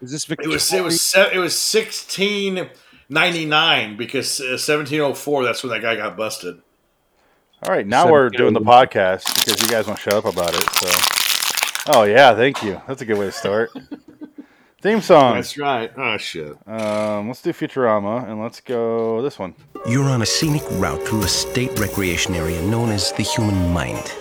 Is this Victor? It was it was se- it was sixteen ninety nine because seventeen oh four. That's when that guy got busted. All right, now we're doing the podcast because you guys won't shut up about it. So, oh yeah, thank you. That's a good way to start. Theme song. That's right. Oh shit. Um, let's do Futurama and let's go this one. You're on a scenic route through a state recreation area known as the human mind.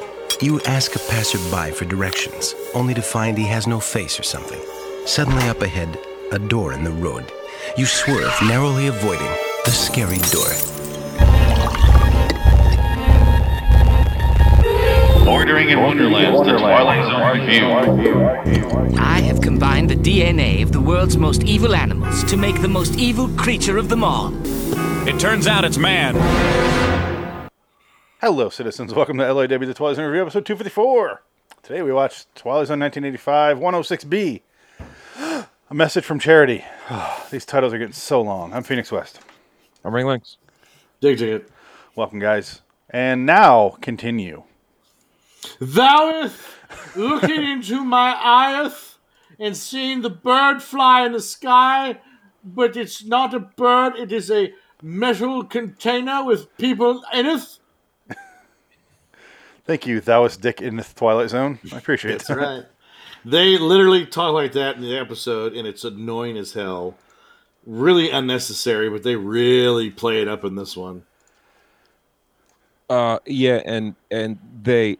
You ask a passerby for directions, only to find he has no face or something. Suddenly, up ahead, a door in the road. You swerve, narrowly avoiding the scary door. Bordering in Wonderland, the Twilight Zone Review. I have combined the DNA of the world's most evil animals to make the most evil creature of them all. It turns out it's man. Hello, citizens. Welcome to LAW The Twilight Zone Review, episode 254. Today we watched Twilight Zone 1985 106B. A message from charity. These titles are getting so long. I'm Phoenix West. I'm Ring Links. Dig it. Welcome, guys. And now continue. Thou ith looking into my eyeth and seeing the bird fly in the sky, but it's not a bird, it is a metal container with people in it. Thank you, Thouist Dick in the Twilight Zone. I appreciate that. Right. They literally talk like that in the episode, and it's annoying as hell. Really unnecessary, but they really play it up in this one. Uh, yeah, and and they,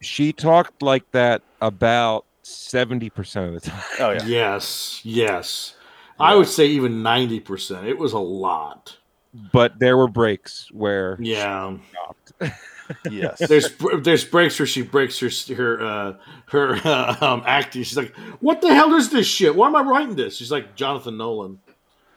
she talked like that about seventy percent of the time. Oh yeah. Yes, yes. I would say even ninety percent. It was a lot. But there were breaks where Yeah. Yes. There's there's breaks where she breaks her her uh, her uh, um, acting. She's like, "What the hell is this shit? Why am I writing this?" She's like Jonathan Nolan.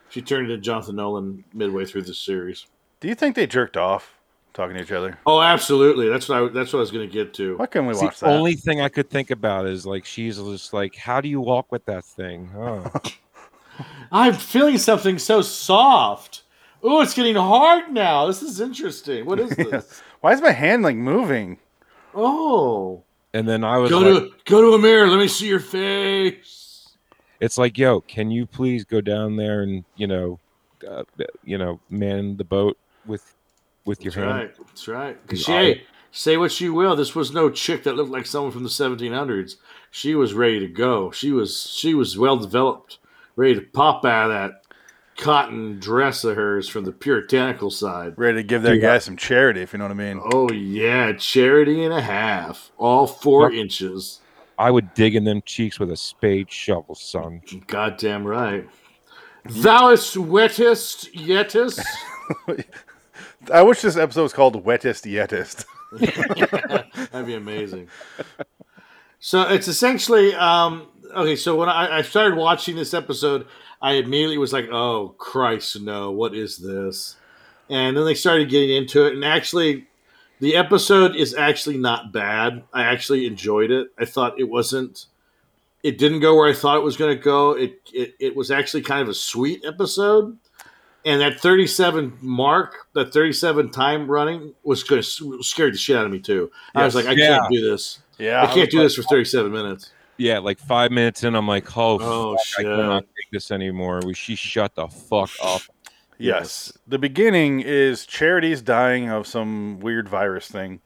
She turned into Jonathan Nolan midway through the series. Do you think they jerked off talking to each other? Oh, absolutely. That's what I that's what I was going to get to. Why couldn't we It's watch the that? only thing I could think about is like she's just like, how do you walk with that thing? Oh. I'm feeling something so soft. Oh, it's getting hard now. This is interesting. What is this? Why is my hand like moving? Oh, and then I was go like, to go to a mirror. Let me see your face. it's like, yo, can you please go down there and you know, uh, you know, man the boat with with your That's hand. right. That's right. 'Cause she- hey, say what you will, this was no chick that looked like someone from the 1700s. She was ready to go. She was she was well developed, ready to pop out of that cotton dress of hers from the puritanical side. Ready to give that guy some charity, if you know what I mean. Oh yeah, charity and a half, all four inches. I would dig in them cheeks with a spade shovel, son. Goddamn right. Thouest, wettest, yetest. I wish this episode was called Wettest Yettest. That'd be amazing. So it's essentially um, okay. So when I, I started watching this episode, I immediately was like, "Oh Christ, no! What is this?" And then they started getting into it, and actually, the episode is actually not bad. I actually enjoyed it. I thought it wasn't. It didn't go where I thought it was going to go. It, it it was actually kind of a sweet episode, and that thirty-seven mark, that thirty-seven time running, was gonna, scared the shit out of me too. I was like, I can't do this. Yeah. I can't do this for 37 minutes. Yeah, like five minutes in, I'm like, oh, Oh, fuck, shit. I cannot take this anymore. We she shut the fuck up. Yes. The beginning is charity's dying of some weird virus thing.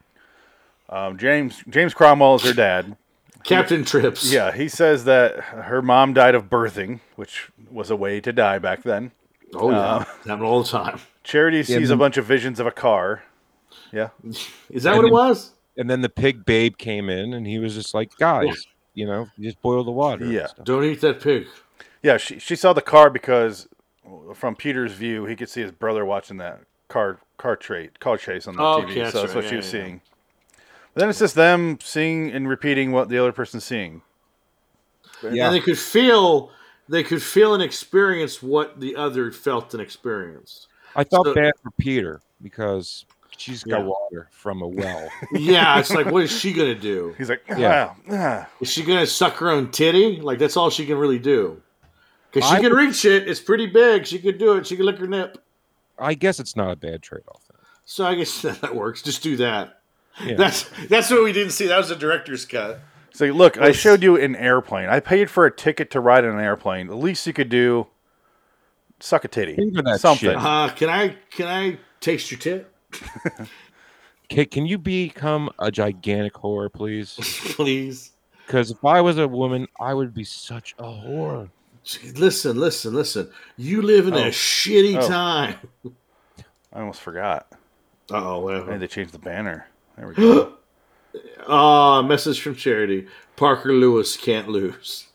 Um, James James Cromwell is her dad. Captain Trips. Yeah, he says that her mom died of birthing, which was a way to die back then. Oh yeah. Uh-huh. Happened all the time. Charity sees a bunch of visions of a car. Yeah. Is that And what it then- was? And then the pig babe came in, and he was just like, guys, you know, just boil the water. and Yeah. stuff. Don't eat that pig. Yeah, she, she saw the car because from Peter's view, he could see his brother watching that car car trade car chase on the Oh, TV. okay, that's so that's right. what she Yeah, was yeah, yeah. seeing. But then it's just them seeing and repeating what the other person's seeing. Yeah. And they could feel they could feel and experience what the other felt and experienced. I felt So- bad for Peter because she's got Yeah. water from a well. Yeah, it's like what is she gonna do? He's like, Yeah. yeah, ah, Is she gonna suck her own titty? Like that's all she can really do. Cause she I- can reach it. It's pretty big. She could do it. She could lick her nip. I guess it's not a bad trade off. So I guess that works. Just do that. Yeah. That's that's what we didn't see. That was the director's cut. It's like, look, I showed you an airplane. I paid for a ticket to ride in an airplane. The least you could do, suck a titty, Even that something. shit. Uh, can I can I taste your tit? Can, can you become a gigantic whore, please? Please. Because if I was a woman, I would be such a whore. Listen, listen, listen. You live in Oh. a shitty Oh. time. I almost forgot. Oh, I need well. to change the banner. There we go. Ah, message from Charity. Parker Lewis can't lose.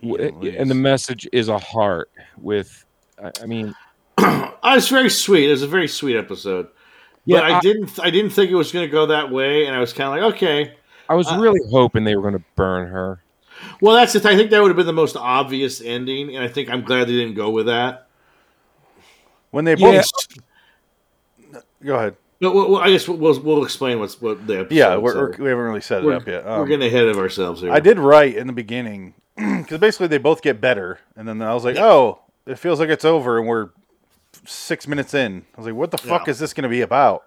W- eh, Jeez. And the message is a heart with, I, I mean, Oh, it's very sweet. It was a very sweet episode. yeah, but I, didn't I didn't think it was going to go that way, and I was kind of like, okay. I was really hoping they were going to burn her. Well, that's the thing. I think that would have been the most obvious ending, and I think I'm glad they didn't go with that. When they both Yeah. go ahead. But we'll, we'll- I guess we'll, we'll, we'll explain what's what the episode. Yeah, we're, we're, we haven't really set it we're, up yet. we're Um, getting ahead of ourselves here. I did write in the beginning because basically they both get better, and then I was like, oh, it feels like it's over, and we're six minutes in. I was like, what the fuck Yeah. is this going to be about?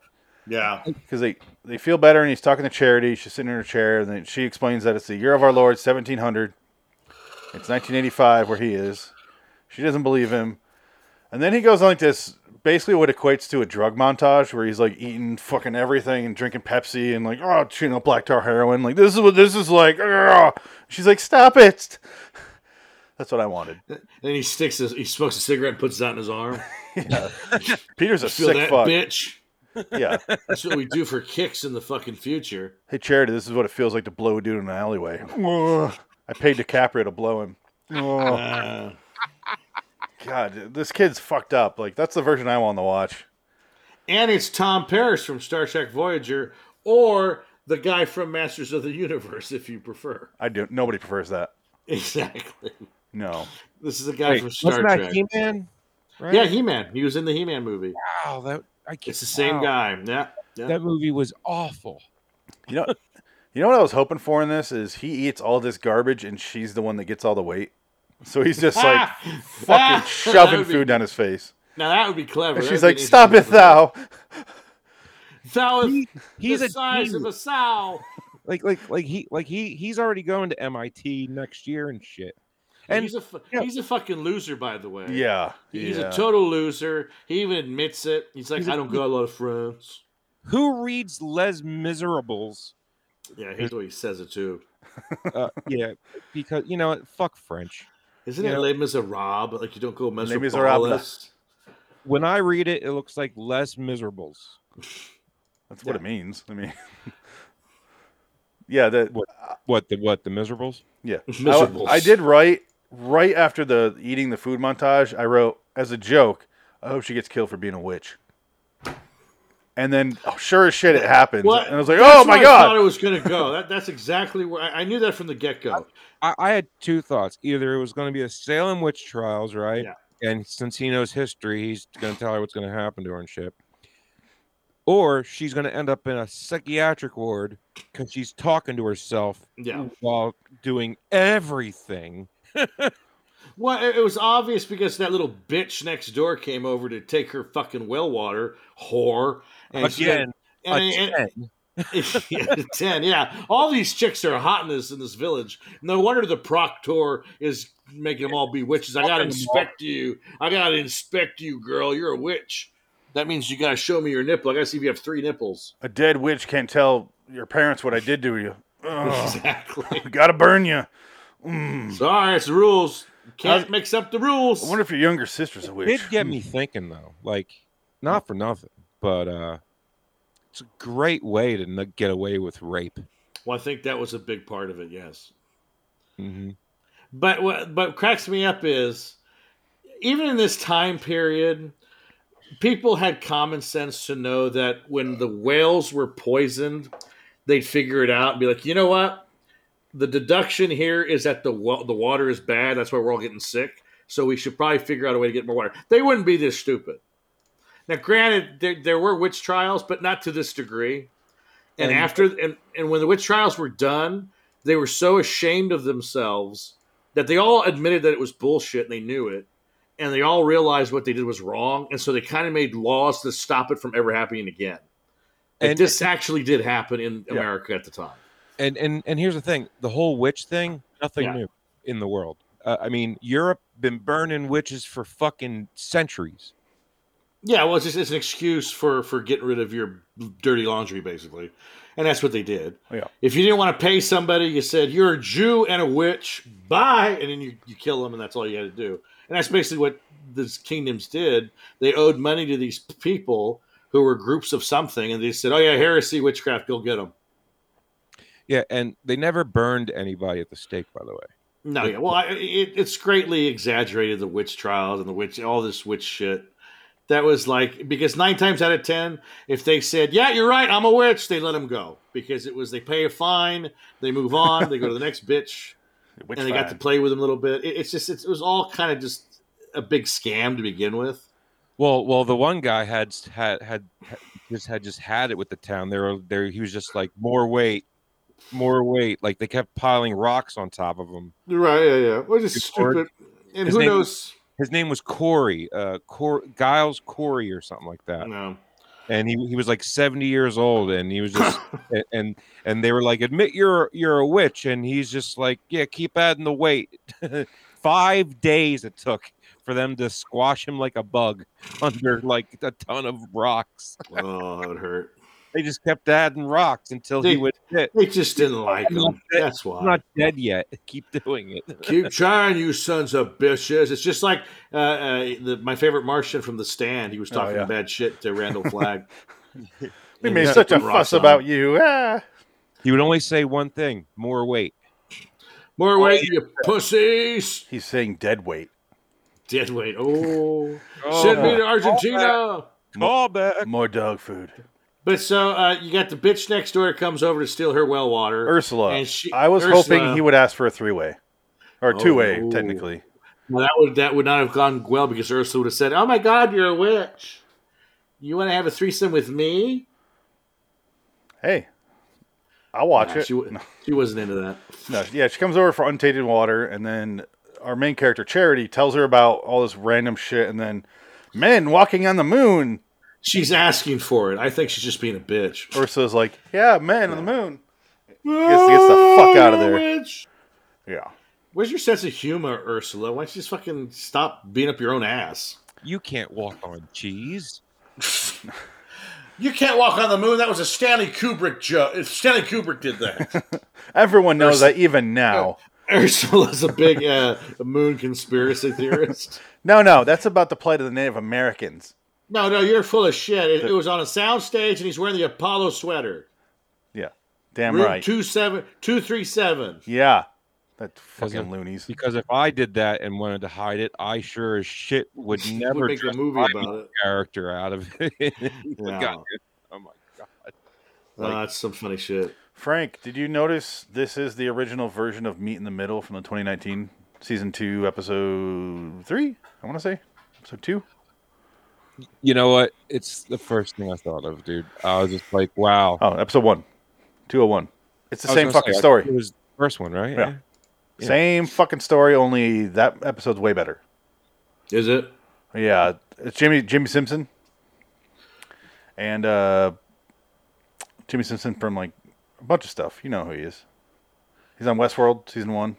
Yeah, because they they feel better and he's talking to charity she's sitting in her chair and then she explains that it's the year of our lord 1700 it's 1985 where he is she doesn't believe him and then he goes on like this basically what equates to a drug montage where he's like eating fucking everything and drinking pepsi and like oh chewing up black tar heroin like this is what this is like Ugh. she's like stop it that's what i wanted and he sticks his, he smokes a cigarette, and puts it out in his arm. peter's a Feel sick that, fuck bitch. yeah That's what we do for kicks in the fucking future. Hey, Charity, this is what it feels like to blow a dude in an alleyway. I paid DiCaprio to blow him. Uh. God, this kid's fucked up. Like, that's the version I want to watch. And it's Tom Paris from Star Trek Voyager, or the guy from Masters of the Universe, if you prefer. I do. Nobody prefers that. Exactly. No. This is a guy Wait, from Star wasn't Trek. that He Man? Right? yeah, He Man. He was in the He Man movie. Wow, that, I can't, It's the same wow. guy. Yeah. yeah. That movie was awful. You know, you know what I was hoping for in this is he eats all this garbage and she's the one that gets all the weight. So he's just like Ah, fucking that shoving would be- food down his face. Now that would be clever. And That she's would like, be an "Stop it, interesting episode. thou!" Thou is He's the a size dude. of a sow. like like like he like he he's already going to MIT next year and shit. And And he's a fu- yeah. he's a fucking loser, by the way. Yeah, He's yeah. a total loser. He even admits it. He's like, He's a- I don't got a lot of friends. who reads Les Miserables? Yeah, here's what he says it too. Uh, yeah, because you know what? Fuck French. Isn't Yeah. it Les Miserables? Like you don't go Les Miserables. When I read it, it looks like Les Miserables. that's what it means. I mean, yeah. That What what the what the Miserables? Yeah. I, Miserables. I did write right after the eating the food montage. I wrote as a joke, I hope she gets killed for being a witch. And then oh, sure as shit it happens. What? And I was like, That's "Oh my where I thought god." it was going to go. That, that's exactly where I, I knew that from the get go. I, I had two thoughts. Either it was going to be the Salem witch trials, right? Yeah. And since he knows history, he's going to tell her what's going to happen to her and shit. Or she's going to end up in a psychiatric ward because she's talking to herself Yeah. Mm. while doing everything. Well, it, it was obvious because that little bitch next door came over to take her fucking well water, whore. And she Again, got- and- and- a 10. yeah, ten, yeah. All these chicks are hot in this in this village. No wonder the proctor is making them all be witches. I gotta inspect you. I gotta inspect you, girl. You're a witch. That means you gotta show me your nipple. I gotta see if you have three nipples. A dead witch can't tell your parents what I did to you. Ugh, Exactly. we gotta burn you. Sorry, it's the rules. You Can't mix up the rules. I wonder if your younger sister's a Did witch. get me thinking though, like not for nothing, but uh it's a great way to n- get away with rape. well, I think that was a big part of it. Yes. hmm But what but cracks me up is even in this time period, people had common sense to know that when the whales were poisoned, they'd figure it out and be like, you know what? The deduction here is that the wa- the water is bad. That's why we're all getting sick. So we should probably figure out a way to get more water. They wouldn't be this stupid. Now, granted, there, there were witch trials, but not to this degree. And, And- after and, and when the witch trials were done, they were so ashamed of themselves that they all admitted that it was bullshit and they knew it and they all realized what they did was wrong, and so they kind of made laws to stop it from ever happening again. And And- this actually did happen in America at the time. and and and here's the thing: the whole witch thing, nothing Yeah. new in the world. Uh, I mean, Europe been burning witches for fucking centuries. Yeah, well, it's just it's an excuse for for getting rid of your dirty laundry, basically, and that's what they did. Yeah. If you didn't want to pay somebody, you said you're a Jew and a witch. Bye, and then you you kill them, and that's all you had to do. And that's basically what these kingdoms did. They owed money to these people who were groups of something, and they said, "Oh yeah, heresy, witchcraft, go get them." Yeah, and they never burned anybody at the stake, by the way. No, yeah. Well, I, it, it's greatly exaggerated the witch trials and the witch, all this witch shit. That was like because nine times out of ten, if they said, "Yeah, you're right, I'm a witch," they let them go because it was they pay a fine, they move on, they go to the next bitch, Which and they got to fine. play with them a little bit. It, it's just it's, it was all kind of just a big scam to begin with. Well, well, the one guy had had had had- just had just had it with the town. There, were- there, he was just like more weight, more weight. Like they kept piling rocks on top of him. Right? Yeah, yeah. Well, just stupid. and His who name- knows? His name was Corey, uh, Cor- Giles Corey or something like that. No. And he, he was like seventy years old, and he was just a- and and they were like, admit you're you're a witch, and he's just like, yeah, keep adding the weight. Five days it took for them to squash him like a bug under like a ton of rocks. Oh, it hurt. They just kept adding rocks until he They- would hit. They just didn't like him. That's why. I'm not dead yet. Keep doing it. Keep trying, you sons of bitches. It's just like uh, uh, the, my favorite Martian from The Stand. He was talking Oh, yeah. bad shit to Randall Flagg. We made such a fuss about you. Ah. He would only say one thing: more weight. More weight, Oh, you pussies. He's saying dead weight. Dead weight. Oh, Oh, send me yeah. to Argentina. Call back. More dog food. But so uh, you got the bitch next door comes over to steal her well water. Ursula. And she- I was Ursula- hoping he would ask for a three way or Oh, two way, no. technically. Well, that would that would not have gone well because Ursula would have said, "Oh my God, you're a witch. You want to have a threesome with me?" Hey, I'll watch Nah, it. she, wa- she wasn't into that. No, yeah, she comes over for untainted water, and then our main character Charity tells her about all this random shit, and then men walking on the moon. She's asking for it. I think she's just being a bitch. Ursula's like, "Yeah, men on the moon." Gets, gets the fuck out of there. Witch. Yeah, Where's your sense of humor, Ursula? Why don't you just fucking stop beating up your own ass? You can't walk on cheese. You can't walk on the moon. That was a Stanley Kubrick joke. Stanley Kubrick did that. everyone knows that even Oh. now. Ursula's a big uh, moon conspiracy theorist. No, no, that's about the plight of the Native Americans. No, no, you're full of shit. It, it was on a soundstage, and he's wearing the Apollo sweater. Yeah, damn Room right. two seven two three seven. Yeah, that fucking Doesn't- loonies. Because if I did that and wanted to hide it, I sure as shit would never make a just movie hide about the it. character out of it. No. God. Oh my god! Oh, that's some funny shit. Frank, did you notice this is the original version of Meet in the Middle from the 2019 season two, episode three? I want to say episode two. You know what? It's the first thing I thought of, dude. I was just like, wow. Oh, episode one, 201. It's the I was same gonna fucking say, I- It story. was the first one, right? Yeah. Same fucking story, only that episode's way better. Is it? Yeah, it's Jimmy Jimmy Simpson, and uh, Jimmy Simpson from like a bunch of stuff. You know who he is. He's on Westworld season one.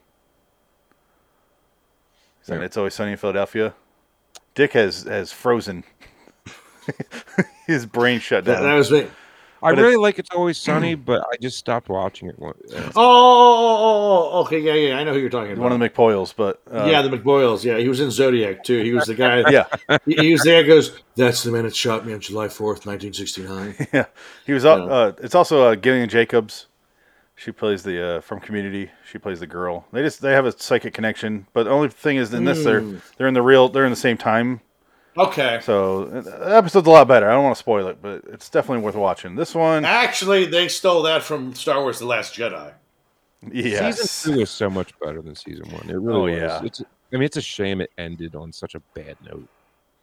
He's on It's Always Sunny in Philadelphia. Dick has has frozen. His brain shut That, that down. was me. I But it's- really like It's Always Sunny, but I just stopped watching it. one- uh, Oh, oh, oh, oh, okay, yeah, yeah. I know who you're talking about. One of the McPoyles, but uh, yeah, the McBoyles. Yeah, he was in Zodiac too. He was the guy. yeah, he, he was there. Goes. That's the man that shot me on July fourth, nineteen sixty nine. yeah. He was. al- Uh, it's also uh, Gillian Jacobs. She plays the uh, from Community. She plays the girl. They just they have a psychic connection. But the only thing is, in this they're Hmm. they're in the real they're in the same time. Okay. So uh, the episode's a lot better. I don't want to spoil it, but it's definitely worth watching. This one, Actually, they stole that from Star Wars: The Last Jedi. Oh, yes, Season two is so much better than season one. It really Oh, was. yeah. It's, I mean, it's a shame it ended on such a bad note.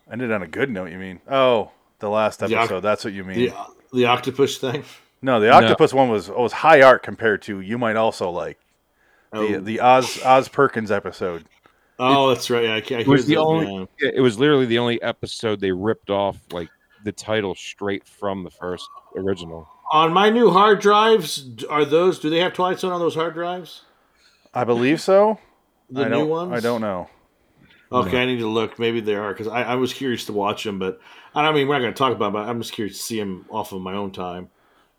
ended on a good note. You mean? Oh, the last Yeah. episode. That's what you mean. The the octopus thing. No, the octopus one was was high art compared to you might also like the Oh. the Oz Oz Perkins episode. Oh, that's right. Yeah, I, can't- I It was the hear that, only. yeah, It was literally the only episode they ripped off like the title straight from the first original. On my new hard drives, are those? Do they have Twilight Zone on those hard drives? I believe so. The I new don't, ones? I don't know. Okay, I need to look. Maybe there are because I, I was curious to watch them, but I don't I mean we're not going to talk about. Them, but I'm just curious to see them off of my own time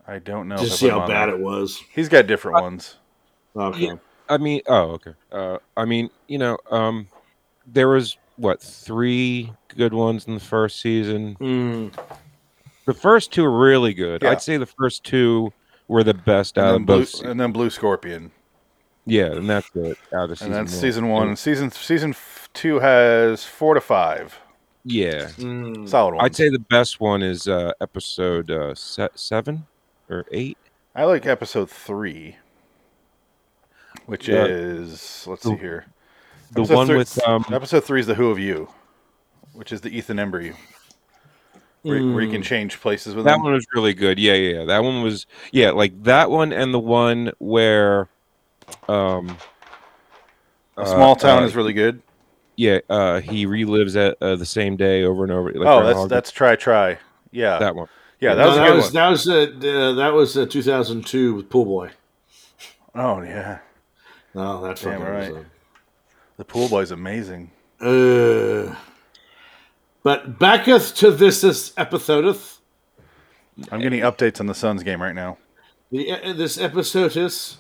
I don't know. just if to see I'm how on bad that. it was. He's got Uh, different ones. Okay, I mean, oh, okay. Uh, I mean, you know, um, there was what three good ones in the first season. Mm, The first two are really good. Yeah. I'd say the first two were the best And out then of uh, both. blue, se- and then Blue Scorpion. yeah, and that's it. Out of And season that's one. season one. Season season f- two has four to five Yeah, mm. solid ones. I'd say the best one is uh, episode uh, se- seven or eight. I like episode three, which Yeah. is let's see here. The Episode one thir- with um, episode three is the Who of You, which is the Ethan Ember You, where, where you can change places with Hmm. that him. one was really good. Yeah, yeah, yeah. That one was yeah, like that one and the one where, um, A small town is. is really good. Yeah, uh, he relives that uh, the same day over and over. Like Oh, that's Groundhog that's uh, try try. Yeah, Day, that one. yeah, that No, was a that good was one. that was uh, uh, that was uh, 2002 with Pool Boy. Oh yeah, No, that Damn fucking right. was the pool boy's amazing. a, uh, But backeth to this is epithodeth. I'm getting updates on the Suns game right now. The, uh, this episode is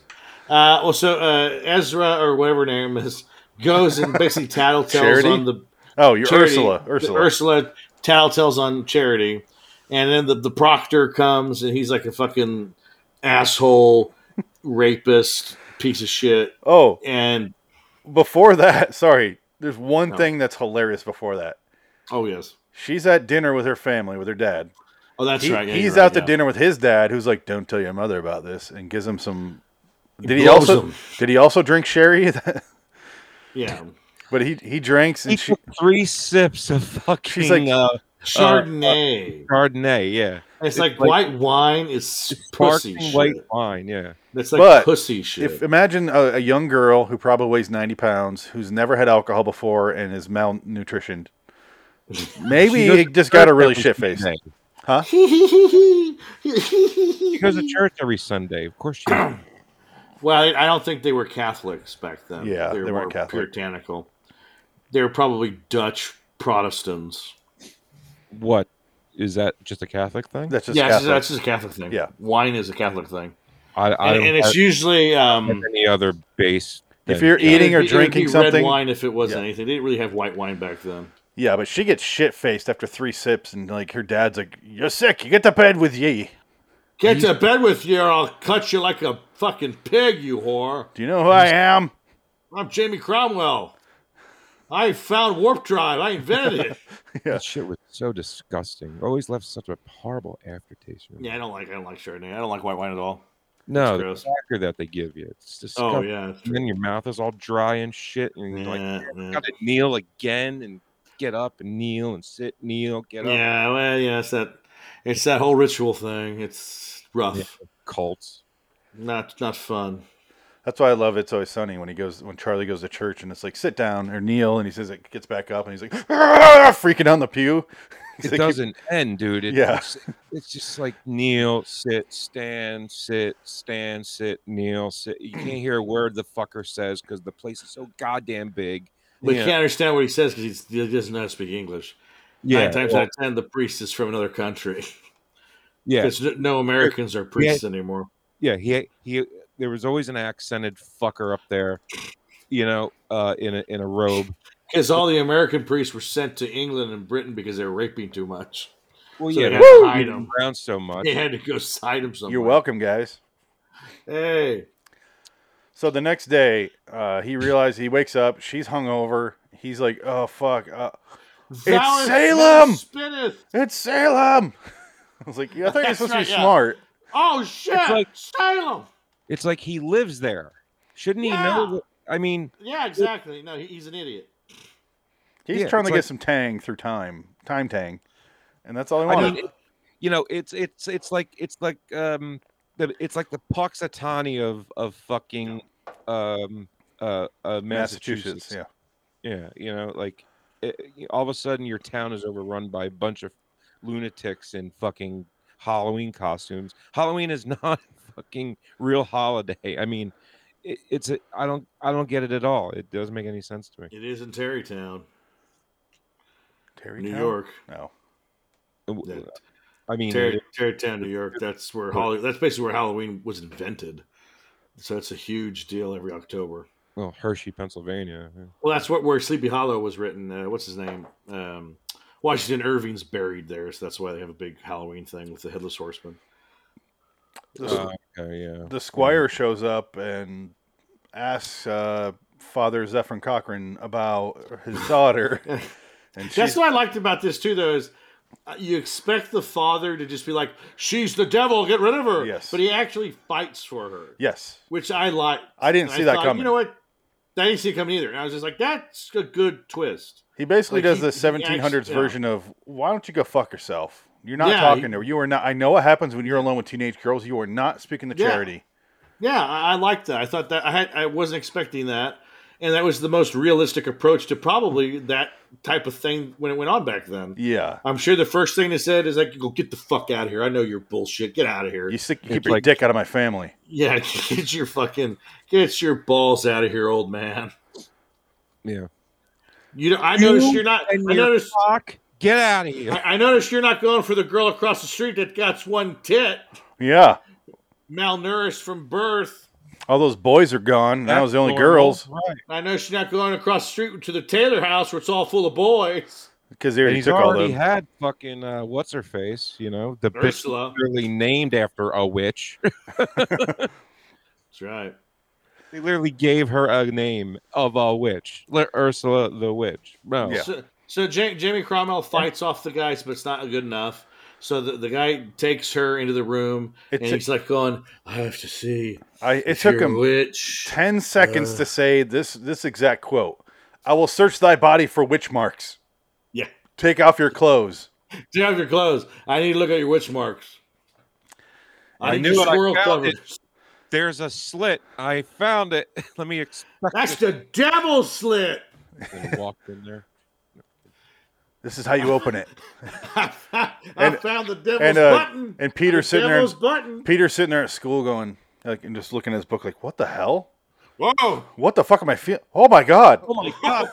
uh, also uh, Ezra or whatever her name is goes and basically tattletales Charity? on the Oh, you're Charity- Ursula. the Ursula. Ursula tattletales on Charity, and then the, the proctor comes and he's like a fucking asshole, rapist, piece of shit, oh, and before that, sorry. There's one thing that's hilarious before that. oh yes, She's at dinner with her family, with her dad. oh that's He- right, yeah, he's you're right, out to yeah. dinner with his dad, who's like, "Don't tell your mother about this," and gives him some. Did he, blows also him. did he also drink sherry? yeah, but he he drinks and He she took three sips of fucking She's like- uh, Chardonnay. Uh, Chardonnay. Yeah, it's like, like- white wine is pussy sparkling shit. white wine. Yeah, That's like But pussy shit. If imagine a, a young girl who probably weighs ninety pounds, who's never had alcohol before and is malnutritioned. Maybe goes it to just got her church really every shit faced. Sunday. She goes to well, church every Sunday. Of course she. does. I I don't think they were Catholics back then. Yeah, they, were they more weren't Catholic. Puritanical. They were probably Dutch Protestants. what is that? Just a Catholic thing? That's just yeah, Catholic. that's just a Catholic thing. Yeah. wine is a Catholic thing, I, I and, don't and it's have usually um, any other base. if than- you're it'd eating be- or it'd be drinking something, Red wine, if it was Yeah. anything, they didn't really have white wine back then. yeah. But she gets shit faced after three sips, and like her dad's like, "You're sick. You get to bed with ye." Get to bed with you, or I'll cut you like a fucking pig, you whore. Do you know who I am? I'm Jamie Cromwell. I found warp drive. I invented it. that shit was so disgusting. Always left such a horrible aftertaste. yeah, I don't like. I don't like Chardonnay. I don't like white wine at all. no, the gross. factor that they give you, it's disgusting. Oh yeah, that's And true. then your mouth is all dry and shit, and you're like, yeah, yeah. got to kneel again and get up and kneel and sit, kneel, get up. yeah, well, yeah. It's that. It's that whole ritual thing. It's rough. Cults. Not not fun. That's why I love It's Always Sunny when he goes when Charlie goes to church and it's like sit down or kneel and he says it gets back up and he's like "Ah," freaking out in the pew. He's It like, doesn't end, dude. It, Yeah. It's, it's just like kneel, sit, stand, sit, stand, sit, kneel, sit. You can't hear a word the fucker says because the place is so goddamn big. We Yeah. can't understand what he says because he doesn't know how to speak English. Nine times well, out of ten, the priest is from another country yeah, because no Americans are priests anymore. yeah. He he. There was always an accented fucker up there, you know, uh, in a in a robe. Because all the American priests were sent to England and Britain because they were raping too much. Well, So they yeah, had to you hide didn't 'em. drown so much. They had to go side him somewhere. You're welcome, guys. Hey, So the next day, uh, he realizes he wakes up. She's hungover. He's like, "Oh fuck, uh, thou hast Salem! Spinneth. it's Salem." I was like, "Yeah, "I thought you were That's supposed right, to be yeah. smart." Oh shit! like- Salem. It's like he lives there. Shouldn't he Yeah. know? What, I mean, Yeah, exactly. No, he- he's an idiot. He's Yeah, trying to it's get like- some tang through time, time tang, and that's all he I wanted. mean, it- you know, it's it's it's like it's like um, the, it's like the Poxitani of of fucking um uh, uh Massachusetts, Massachusetts. yeah. yeah, you know, like eh, it, all of a sudden your town is overrun by a bunch of lunatics and fucking Halloween costumes. Halloween is not a fucking real holiday. I mean, it, it's a, I don't I don't get it at all. It doesn't make any sense to me. It is in Terrytown, Terry New Town? York. No. Yeah, I mean, Terry, Terrytown, New York. That's where Holly, That's basically where Halloween was invented. So that's a huge deal every October. well, Hershey, Pennsylvania. Well, that's what where Sleepy Hollow was written. Uh, what's his name? Um, Washington Irving's buried there, so that's why they have a big Halloween thing with the headless horseman. The, Uh, okay, yeah. the squire shows up and asks uh, Father Zephyrin Cochran about his daughter. and she's, That's what I liked about this too, though. Is uh, you expect the father to just be like, "She's the devil, get rid of her," Yes. but he actually fights for her, yes. which I like. I didn't see that coming. You know what? I didn't see it coming either. And I was just like, "That's a good twist." He basically Like, does he- the he 1700s actually- yeah. version of "Why don't you go fuck yourself? You're not Yeah, talking he- to her. You are not. I know what happens when you're alone with teenage girls. You are not speaking to Yeah. charity. Yeah, I, I liked that. I thought that I had, I wasn't expecting that, and that was the most realistic approach to probably that type of thing when it went on back then. Yeah, I'm sure the first thing they said is like, "Go get the fuck out of here! I know you're bullshit. Get out of here." you sick, you keep It's your like- dick out of my family. Yeah, get your fucking get your balls out of here, old man. Yeah. You know, I noticed you're not. I and your noticed. cock, get out of here. I, I noticed you're not going for the girl across the street that got one tit, Yeah, malnourished from birth. all those boys are gone. and I was the only normal. girls Oh, Right. I know she's not going across the street to the Taylor house where it's all full of boys. because they already he's took all already those. had fucking uh, what's her face, you know, the bitch Ursula. literally named after a witch. That's right. they literally gave her a name of a witch, Li- Ursula the witch. Bro, Yeah. So, so Ja- Jamie Cromwell fights off the guys, but it's not good enough. So the, the guy takes her into the room, It and took- he's like going, "I have to see." I, it if took you're a him witch. ten seconds to say this this exact quote. I will search thy body for witch marks. Yeah. Take off your clothes. Take off your clothes. I need to look at your witch marks. I, need knew your it. I squirrel found covers. there's a slit. I found it. Let me expect That's the devil slit. and walked in there. This is how you open it. I And- found the devil's and uh, button. and Peter the sitting there. devil's button. Peter's sitting there at school going like and just looking at his book like, what the hell? Whoa! What the fuck am I feeling? Oh my god. Oh my god!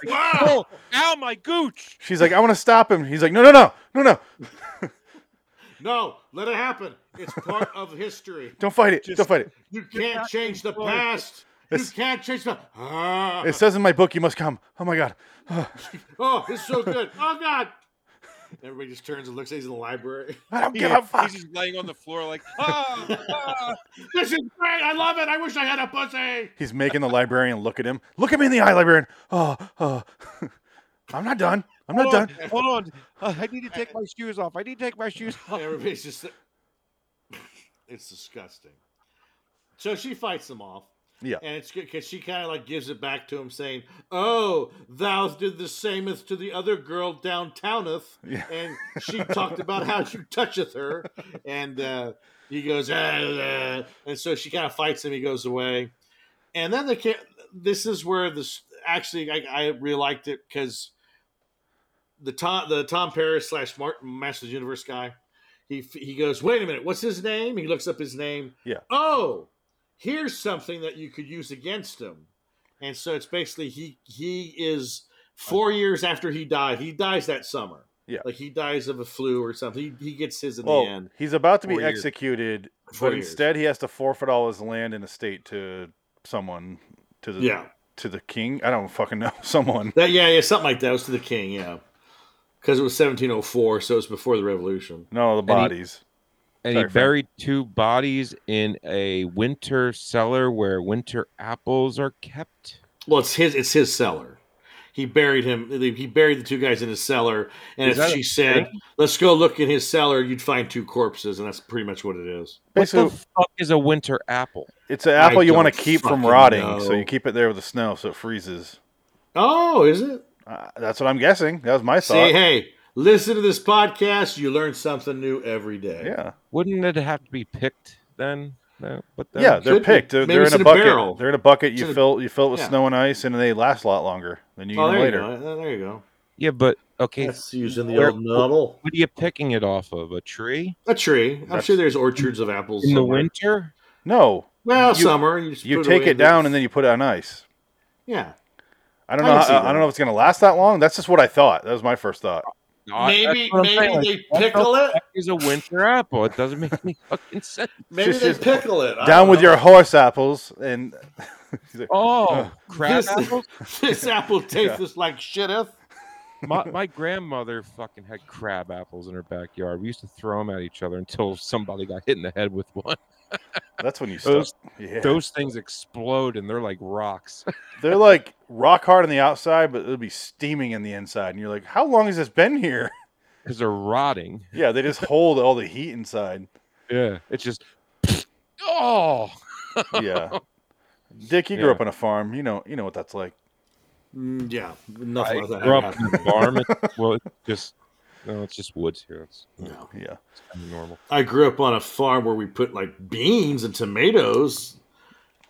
Oh, Wow! ow, my gooch! She's like, I want to stop him. He's like, no, no, no, no, no. No, let it happen. It's part of history. Don't fight it. Don't fight it. You can't change the past. You It's- can't change the. Ah, It says in my book, you must come. Oh my god. oh, it's so good. Oh God! Everybody just turns and looks. He's in the library. I don't give Yeah, a fuck. He's just laying on the floor like, ah, ah. This is great. I love it. I wish I had a pussy. He's making the librarian look at him. Look at me in the eye, librarian. Oh, oh. I'm not done. I'm not hold on, done. hold on. Uh, I need to take my shoes off. I need to take my shoes off. Everybody's just. It's disgusting. So she fights them off. Yeah. And it's good because she kind of like gives it back to him, saying, "Oh, thou did the sameth to the other girl downtowneth," and she talked about how you toucheth her, and uh, he goes, "Ah, ah, ah," and so she kind of fights him. He goes away, and then they can't. This is where this actually I, I really liked it because the Tom the Tom Paris slash Martin Masters Universe guy, he he goes, "Wait a minute, what's his name?" He looks up his name. Yeah. Oh here's something that you could use against him and so it's basically he he is four years after he died he dies that summer Yeah. like he dies of a flu or something he, he gets his in the Oh, end he's about to be Four years. executed, Four but years. instead he has to forfeit all his land and estate to someone, to the yeah to the king. I don't fucking know someone. that yeah yeah something like that It was to the king yeah because it was 1704 so it's before the revolution No, the bodies. and Sorry, he Frank. buried two bodies in a winter cellar where winter apples are kept. well it's his it's his cellar he buried him he buried the two guys in his cellar and Is if that she a said let's go look in his cellar you'd find two corpses and that's pretty much what it is Basically, what the fuck is a winter apple? it's an apple I you want to don't keep from fucking rotting, know. so you keep it there with the snow so it freezes. oh is it Uh, that's what I'm guessing. That was my See, thought. hey, listen to this podcast. You learn something new every day. yeah, Wouldn't it have to be picked then? No, but then, yeah, they're could be. picked. They're, Maybe they're it's in in a a bucket. barrel. They're in a bucket. You in a- fill you fill it with yeah. snow and ice, and they last a lot longer than you Oh, eat there you them later. go. Uh, There you go. yeah, but Okay, That's used in the Where- old novel. what are you picking it off of? A tree A tree. I'm sure there's orchards of apples. in the somewhere. winter? No, Well, You- summer. You, just you put take away it down and then you put it on ice. yeah. I don't I know. can how- see I, I that. don't know if it's gonna last that long. That's just what I thought. That was my first thought. No, I- that's maybe what I'm maybe saying, like, they what the pickle it. fuck Is a winter apple. It doesn't make any fucking sense. Maybe Just- they just pickle it. I down don't with know. your horse apples and Oh, crab This- apples. this apple tastes like shitteth. My, my grandmother fucking had crab apples in her backyard. We used to throw them at each other until somebody got hit in the head with one. that's when you stop. Those- Yeah. Those things explode and they're like rocks. They're like rock hard on the outside, but it'll be steaming in the inside. And you're like, how long has this been here? because they're rotting. Yeah, they just hold all the heat inside. Yeah, it's just oh, Yeah. Dick, you grew Yeah. up on a farm. You know, you know what that's like. Mm, yeah, nothing I like that grew up happened. in a farm. It's- well, it's just no, it's just woods here. It's, No. Yeah. it's kind of normal. I grew up on a farm where we put like beans and tomatoes.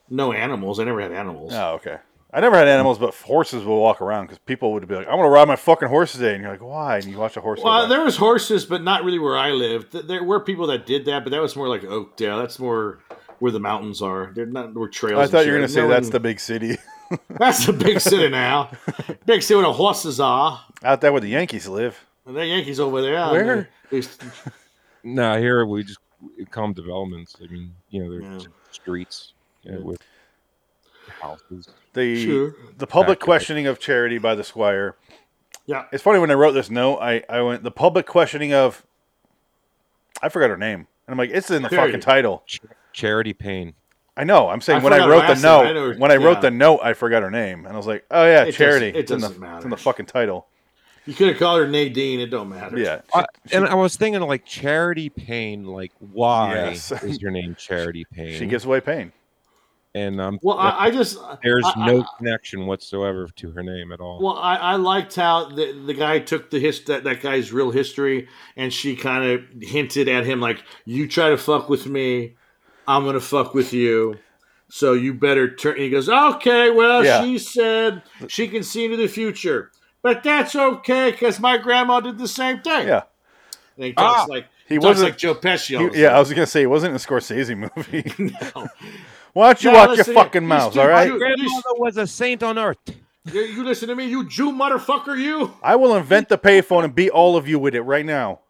No animals. I never had animals. Oh, okay. I never had animals, but horses will walk around because people would be like, I want to ride my fucking horse today. And you're like, why? And you watch a horse. go Well, by. there was horses, but not really where I lived. Th- There were people that did that, but that was more like Oakdale. That's more where the mountains are. They're not where trails. I and thought you were shit. going to say No that's one- the big city. that's the big city now. Big city where the horses are. Out there where the Yankees live. And the Yankees over there. Where? They, they, No, here we just calm developments. I mean, you know, they're Yeah. just streets you know, with houses. The, Sure. the public Back- questioning of charity by the squire yeah. It's funny when I wrote this note, I, I went the public questioning of I forgot her name. And I'm like, it's in the Charity. fucking title. Ch- Charity pain. I know. I'm saying I when I forgot wrote the last time, I note, know- when I wrote yeah. the note, I forgot her name. And I was like, oh yeah, It charity. doesn't- it it's in the, doesn't matter. It's in the fucking title. You could have called her Nadine. It don't matter. Yeah. I, and I was thinking like charity pain. Like why Yes. is your name charity pain? She, she gives away pain. and um, Well, I, I just there's I- no connection whatsoever to her name at all. Well, I, I liked how the, the guy took the his that, that guy's real history, and she kind of hinted at him like, "You try to fuck with me, I'm gonna fuck with you." So you better turn. He goes, "Okay, well, Yeah. she said she can see into the future, but that's okay because my grandma did the same thing." Yeah. and he talks Ah, like he he talks wasn't- like Joe Pesci. all He- of a yeah, I sudden. was gonna say it wasn't a Scorsese movie. No. Why don't you No, watch your listen, fucking he's mouth, too all right? cute. grandmother was a saint on earth. You, you listen to me, you Jew motherfucker, you. I will invent the payphone and beat all of you with it right now.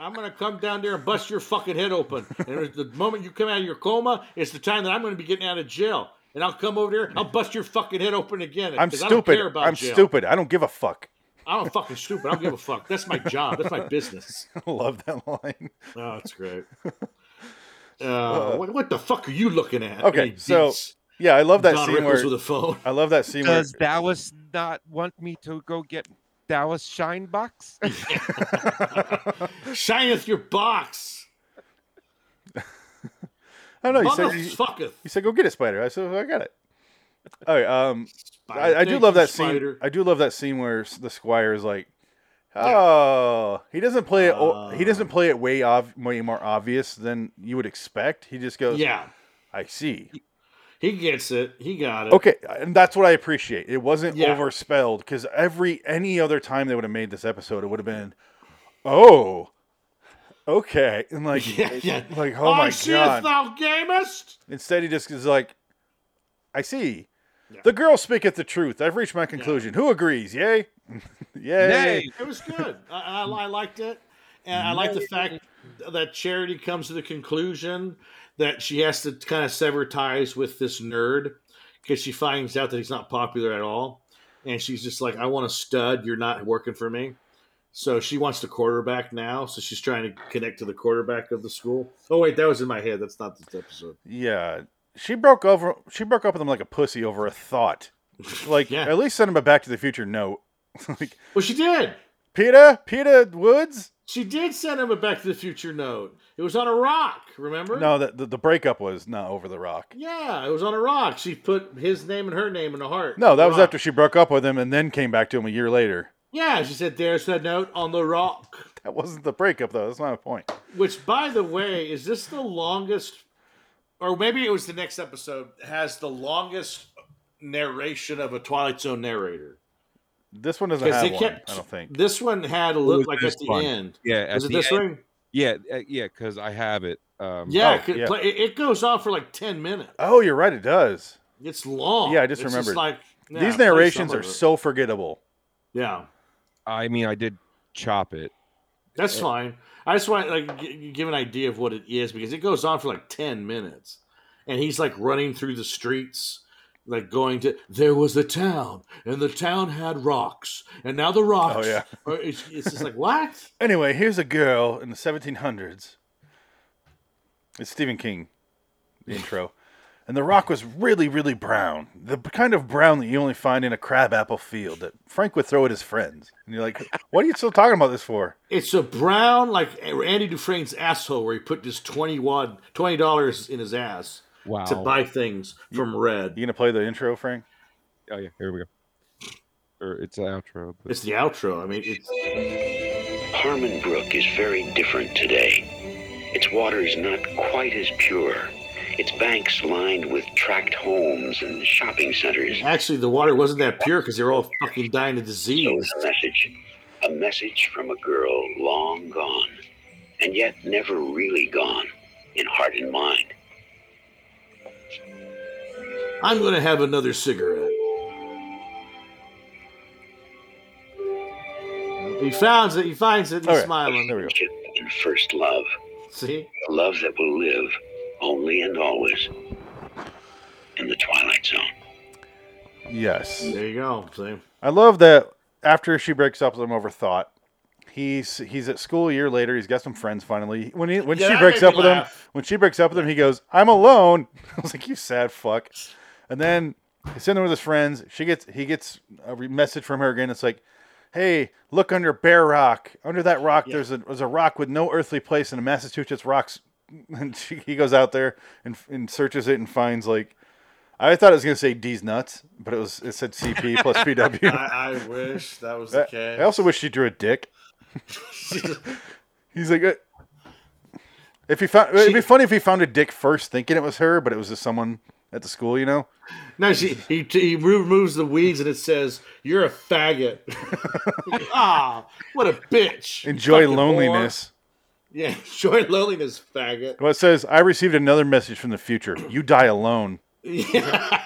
I'm gonna come down there and bust your fucking head open. And the moment you come out of your coma, it's the time that I'm gonna be getting out of jail. And I'll come over there, I'll bust your fucking head open again. I'm 'cause stupid. I don't care about I'm jail. stupid. I don't give a fuck. I'm fucking stupid. I don't give a fuck. That's my job. That's my business. I love that line. Oh, that's great. Uh, what, what the fuck are you looking at? Okay, And he so beats Yeah, I love that Don scene Rickles where with a phone. I love that scene where Does Dallas not want me to go get Dallas Shine Box? Shineth your box. I don't know. You said, you, Motherfucketh. you said go get it, spider. I said I got it. All right. Um, I, Spider. I do Thank love you, that Spider. scene. I do love that scene where s- the squire is like, "Oh, he doesn't play it. o- Uh. he doesn't play it way ob- way more obvious than you would expect. He just goes, Yeah, I see. he gets it. He got it. Okay, and that's what I appreciate. It wasn't Yeah. overspelled because every any other time they would have made this episode, it would have been, oh, okay, and like, Yeah, yeah. like oh my I seest god. thou gamest. Instead, he just is like, I see. Yeah. The girl speaketh the truth. I've reached my conclusion. Who agrees? Yay? Yay. Nay. It was good. I, I, I liked it, and I like the fact that Charity comes to the conclusion that she has to kind of sever ties with this nerd because she finds out that he's not popular at all, and she's just like, "I want a stud. You're not working for me." So she wants the quarterback now. So she's trying to connect to the quarterback of the school. Oh wait, that was in my head. That's not this episode. Yeah. She broke over she broke up with him like a pussy over a thought. Like Yeah. at least send him a back to the future note. like Well, she did. Peter, Peter Woods? She did send him a Back to the Future note. It was on a rock. Remember? No, the, the the breakup was not over the rock. Yeah, it was on a rock. She put his name and her name in a heart. No, that was Rock. after she broke up with him and then came back to him a year later. Yeah, she said, "There's that note on the rock." That wasn't the breakup though. That's not my point. Which, by the way, is this the longest, or maybe it was the next episode has the longest narration of a Twilight Zone narrator. This one doesn't Because have they one. kept I don't think. this one had a was look like this at the one? end. Yeah, Is at it the this end- one? Yeah, uh, yeah, because I have it. Um, Yeah, Oh, 'cause yeah. play- It, it goes on for like ten minutes. Oh, you're right. It does. It's long. Yeah, I just It's remembered. like, yeah, These play narrations some are of it. so forgettable. Yeah, I mean, I did chop it. that's fine. I just want like g- give an idea of what it is because it goes on for like ten minutes, and he's like running through the streets. Like going to, there was the town, and the town had rocks, and now the rocks. Oh, yeah. are- it's, it's just like what? Anyway, here's a girl in the 1700s. It's Stephen King, the intro. And the rock was really, really brown. The kind of brown that you only find in a crabapple field that Frank would throw at his friends. And you're like, what are you still talking about this for? It's a brown like Andy Dufresne's asshole where he put this twenty wad twenty dollars in his ass Wow. to buy things from Red. You going to play the intro, Frank? Oh yeah, here we go. Or it's an outro. But It's the outro. I mean, it's Harmon Brook is very different today. Its water is not quite as pure. Its banks lined with tract homes and shopping centers. actually the water wasn't that pure because they were all fucking dying of disease. shows a message. A message from a girl long gone, and yet never really gone in heart and mind. I'm gonna have another cigarette. He finds it. He finds it. and All He's right, smiling. There we go. Friendship and first love. See, A love that will live only and always in the Twilight Zone. Yes. there you go. See, I love that after she breaks up with him over thought, he's he's at school a year later. He's got some friends finally. When he when Yeah, she that breaks made up me with him, laugh. when she breaks up with him, he goes, "I'm alone." I was like, "You sad fuck." And then he's sitting there with his friends. She gets he gets a re- message from her again. It's like, "Hey, look under Bear Rock. Under that rock, there's a there's a rock with no earthly place in the Massachusetts rocks." And she, he goes out there and, and searches it and finds like. I thought it was gonna say D's nuts, but it was it said CP plus PW. I, I wish that was I- I also wish she drew a dick. He's like, uh, if he found, it'd be funny if he found a dick first, thinking it was her, but it was just someone at the school, you know. No, she, he, he removes the weeds and it says, You're a faggot. Ah, what a bitch. Enjoy Fucking loneliness. whore. Yeah, enjoy loneliness, faggot. Well, it says, I received another message from the future. You die alone.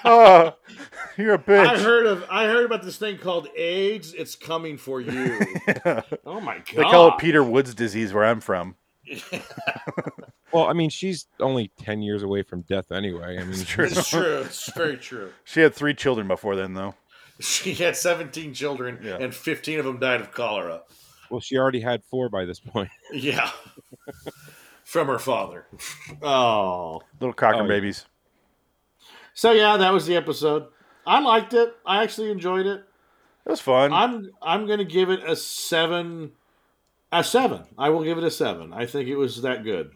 oh, you're a bitch. I heard of I heard about this thing called AIDS. It's coming for you. oh my god. they call it Peter Woods disease where I'm from. well, I mean, she's only ten years away from death anyway. I mean, It's true. It's very true. She had three children before then, though. She had 17 children Yeah. and 15 of them died of cholera. well, she already had four by this point. Yeah. From her father. Oh. Little cocker Oh, yeah. babies. So yeah, that was the episode. I liked it. I actually enjoyed it. It was fun. I'm I'm gonna give it a seven. A seven. I will give it a seven. I think it was that good.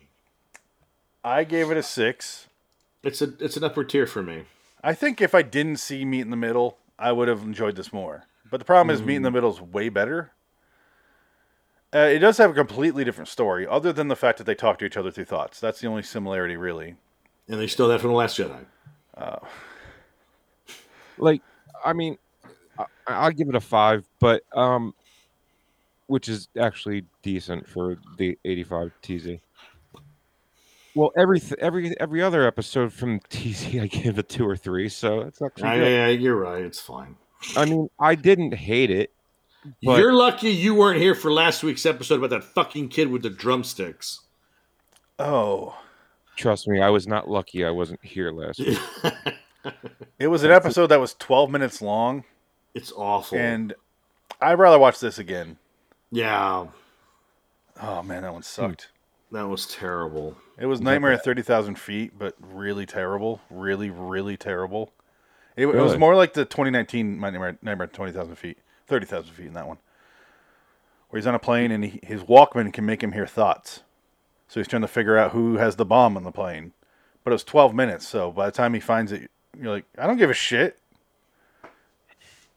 I gave it a six. It's a it's an upper tier for me. I think if I didn't see Meet in the Middle, I would have enjoyed this more. But the problem is, Meet in the Middle is way better. Uh, it does have a completely different story, other than the fact that they talk to each other through thoughts. That's the only similarity, really. And they stole that from the Last Jedi. Like, I mean, I, I'll give it a five, but um, which is actually decent for the eighty-five TZ. Well, every every every other episode from TZ, I gave a two or three, so it's actually. Yeah, good. yeah, you're right. It's fine. I mean, I didn't hate it. But- you're lucky you weren't here for last week's episode about that fucking kid with the drumsticks. Oh, Trust me, I was not lucky. I wasn't here last week. it was an episode that was 12 minutes long, It's awful. and I'd rather watch this again. yeah, Oh man, that one sucked. that was terrible. It was Nightmare at 30,000 Feet, but really terrible. Really, really terrible. It, it was Really? more like the 2019 Nightmare, Nightmare at 20,000 Feet, 30,000 Feet in that one, where he's on a plane and he, his Walkman can make him hear thoughts. So he's trying to figure out who has the bomb on the plane. But it was 12 minutes, so by the time he finds it, you're like, I don't give a shit.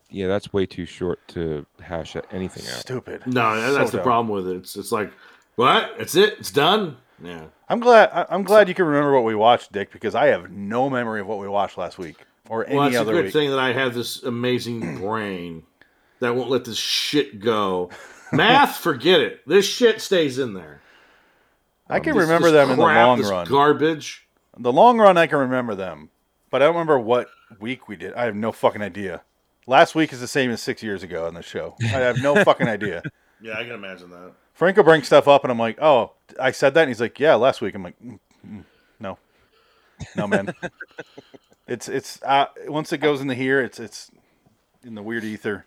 Yeah, that's way too short to hash anything out. Stupid. No, that- So that's the dumb. problem with it. It's it's like what? It's it. It's done. Yeah. I'm glad. I- I'm glad you can remember what we watched, Dick, because I have no memory of what we watched last week or Well, any it's a other good week. thing that I have this amazing brain that won't let this shit go. Math, forget it. This shit stays in there. I can This- remember this them in the crap, long this run. Garbage. the long run, I can remember them, but I don't remember what week we did. I have no fucking idea. Last week is the same as six years ago on the show. I have no fucking idea. Yeah, I can imagine that. Franco brings stuff up, and I'm like, "Oh, I said that," and he's like, "Yeah, last week." I'm like, mm, mm, "No, no, man." it's it's uh, once it goes into here, it's it's in the weird ether.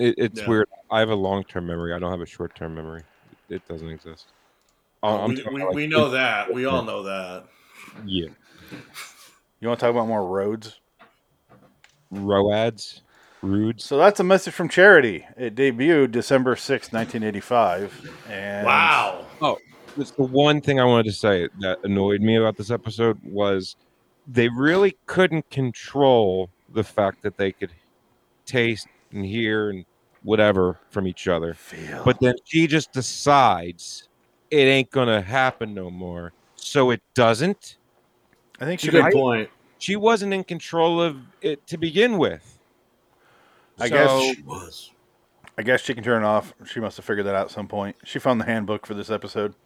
It, it's Yeah. weird. I have a long term memory. I don't have a short term memory. It doesn't exist. Oh, I'm we, talking we, like- we know that. We all know that. Yeah. You want to talk about more roads? Roads, rudes. So that's a message from Charity. It debuted December sixth, 1985. And Wow. That's the one thing I wanted to say that annoyed me about this episode was they really couldn't control the fact that they could taste and hear and whatever from each other. Feel. But then she just decides it ain't gonna happen no more. So it doesn't. I think she Good I- point. She wasn't in control of it to begin with. I guess So- she- It was. I guess she can turn it off. She must have figured that out at some point. She found the handbook for this episode.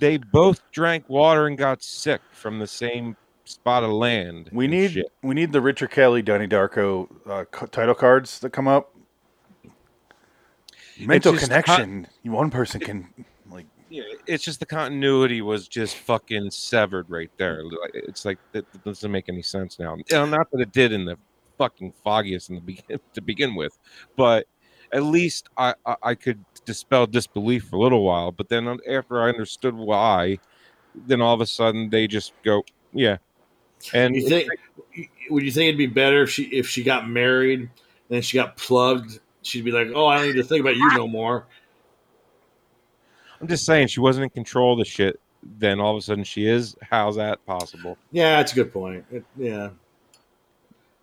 they both drank water and got sick from the same spot of land. We and need shit. we need the Richard Kelly, Donnie Darko uh, c- title cards that come up. Mental just connection. You one person can like Yeah, it's just the continuity was just fucking severed right there. Like, It's like that that doesn't make any sense now. You know, Not that it did in the fucking foggiest in the begin to begin with, but at least I, I I could dispel disbelief for a little while. But then on- after I understood why, then all of a sudden they just go yeah, and You think? Would you think it'd be better if she if she got married and then she got plugged? She'd be like, "Oh, I don't need to think about you no more." I'm just saying she wasn't in control of the shit. Then all of a sudden she is. How's that possible? Yeah, that's a good point. It- yeah.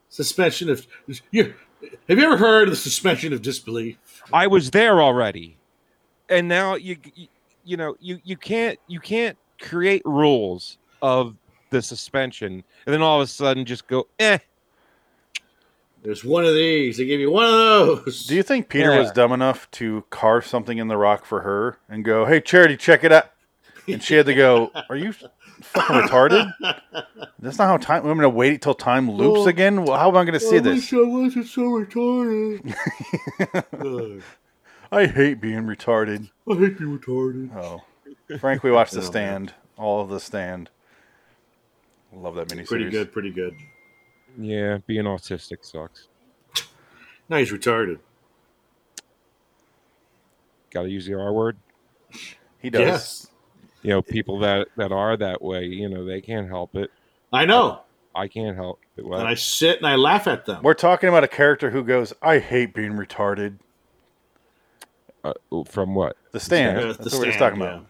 Suspension of you. Have you ever heard of the suspension of disbelief? I was there already, and now you you, you know you you can't you can't create rules of the suspension, and then all of a sudden just go eh. There's one of these. They give you one of those. Do you think Peter was Yeah. dumb enough to carve something in the rock for her and go, "Hey, Charity, check it out," and she had to go, "Are you fucking retarded? That's not how time. I'm going to wait till time loops Oh. Well- again. Well, how am I going to see this? I wasn't so retarded. Ugh, I hate being retarded." I hate you retarded. Oh, Frank, we watched The Yeah, Oh, man. Stand, all of The Stand. Love that miniseries. Pretty good, pretty good. Yeah, being autistic sucks. Now he's retarded. Got to use the R word. He does. Yes. You know, people that that are that way, you know, they can't help it. I know. I can't help it. Well, And I sit and I laugh at them. We're talking about a character who goes, "I hate being retarded." uh, from what? The Stand. Yeah, That's what we're just talking about. yeah.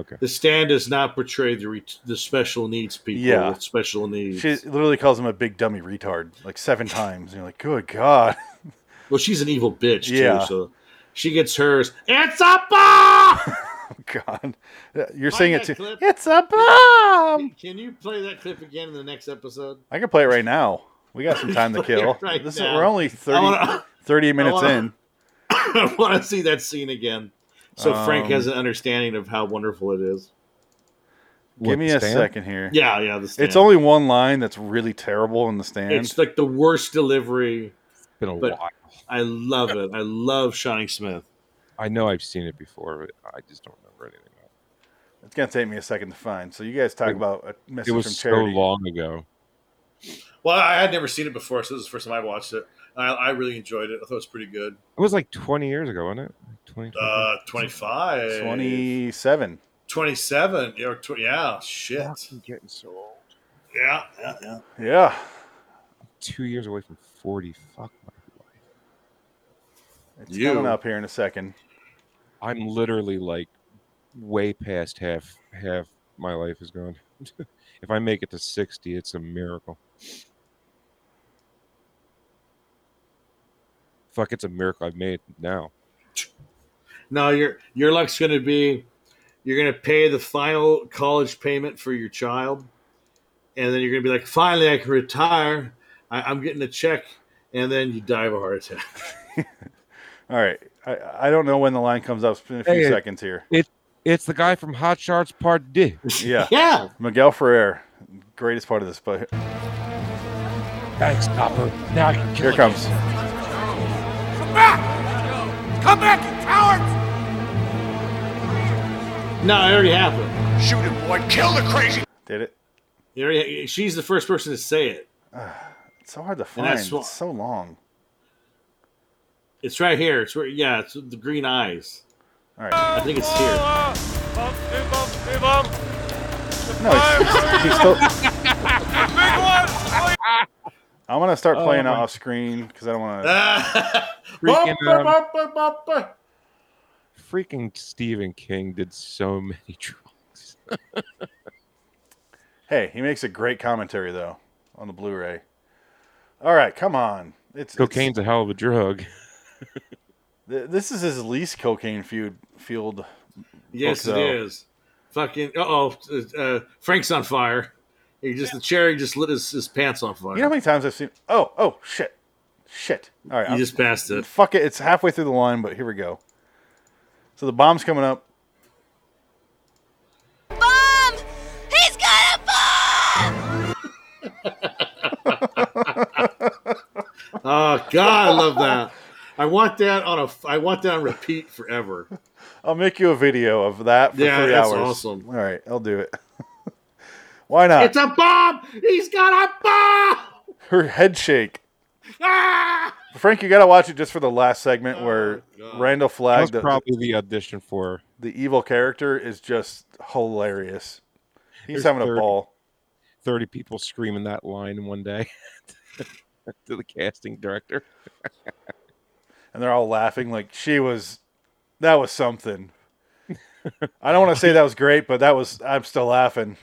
Okay. The stand does not portray the re- the special needs people Yeah. with special needs. She literally calls him a big dummy retard like seven times. And you're like, good God. well, she's an evil bitch Yeah. too. So she gets hers. It's a bomb. oh, God. Uh, You're saying it that too. clip. It's a bomb. Can you play that clip again in the next episode? I can play it right now. We got some time to Play it kill. right this is, now. we're only 30, I wanna- 30 minutes wanna- in. I want to see that scene again, so Frank Um, has an understanding of how wonderful it is. Give What, me a Stan? second here. Yeah, yeah. The stand. It's only one line that's really terrible in the stand. it's like the worst delivery. It's been a but- while. I love it. I love Shining Smith. I know I've seen it before, but I just don't remember anything. Else. It's gonna take me a second to find. So you guys talk It- about a message It was from so charity. long ago. Well, I had never seen it before, so this is the first time I watched it. I, I really enjoyed it. I thought it was pretty good. It was like 20 years ago, wasn't it? Like 20, 25? Uh, 25. Twenty-seven. 27. Yeah, or tw- yeah shit. I'm getting so old. Yeah, yeah, yeah. Yeah, Two years away from 40. Fuck my life. it's You. coming up here in a second. I'm literally like way past half. Half my life is gone. if I make it to 60, it's a miracle. Fuck, it's a miracle I've made it now. No, your your luck's going to be you're going to pay the final college payment for your child, and then you're going to be like, finally, I can retire. I, I'm getting a check, and then you die of a heart attack. All right. I, I don't know when the line comes up. It's been a few Hey, hey. seconds here. It's the guy from Hot Shots Part D. Yeah. Yeah. Miguel Ferrer, greatest part of this, but Thanks, Copper. Now I can kill here it comes. Come back, you cowards! No, it already happened. Shoot him, boy. Kill the crazy. Did it? It already- she's the first person to say it. It's so hard to And find. that's wha- It's so long. It's right here. It's where, yeah, it's with the green eyes. All right. I think it's here. No, he's, he's still. I'm gonna start playing Oh my- off screen because I don't want to. Freaking, um, Bop, bop, bop, bop. freaking Stephen King did so many drugs. Hey, he makes a great commentary though on the Blu-ray. All right, come on. It's it's- Cocaine's a hell of a drug. th- this is his least cocaine feud field. Yes, so. it is. Fucking, uh-oh, uh, Frank's on fire. He just, the cherry just lit his, his pants on fire. You know how many times I've seen? Oh, oh, shit, shit. All right, you I'm- just passed it. fuck it. It's halfway through the line, but here we go. So the bomb's coming up. Bomb! He's got a bomb! Oh God, I love that. I want that on a. I want that on repeat forever. I'll make you a video of that for Yeah, three that's hours. awesome. All right, I'll do it. Why not? It's a bomb. He's got a bomb. Her head shake. Ah! Frank, you got to watch it just for the last segment where Randall Flagg, That's the, probably the audition for. the evil character, is just hilarious. He's There's having a 30. ball. 30 people screaming that line in one day to the casting director. and they're all laughing like she was that was something i don't want to say that was great but that was i'm still laughing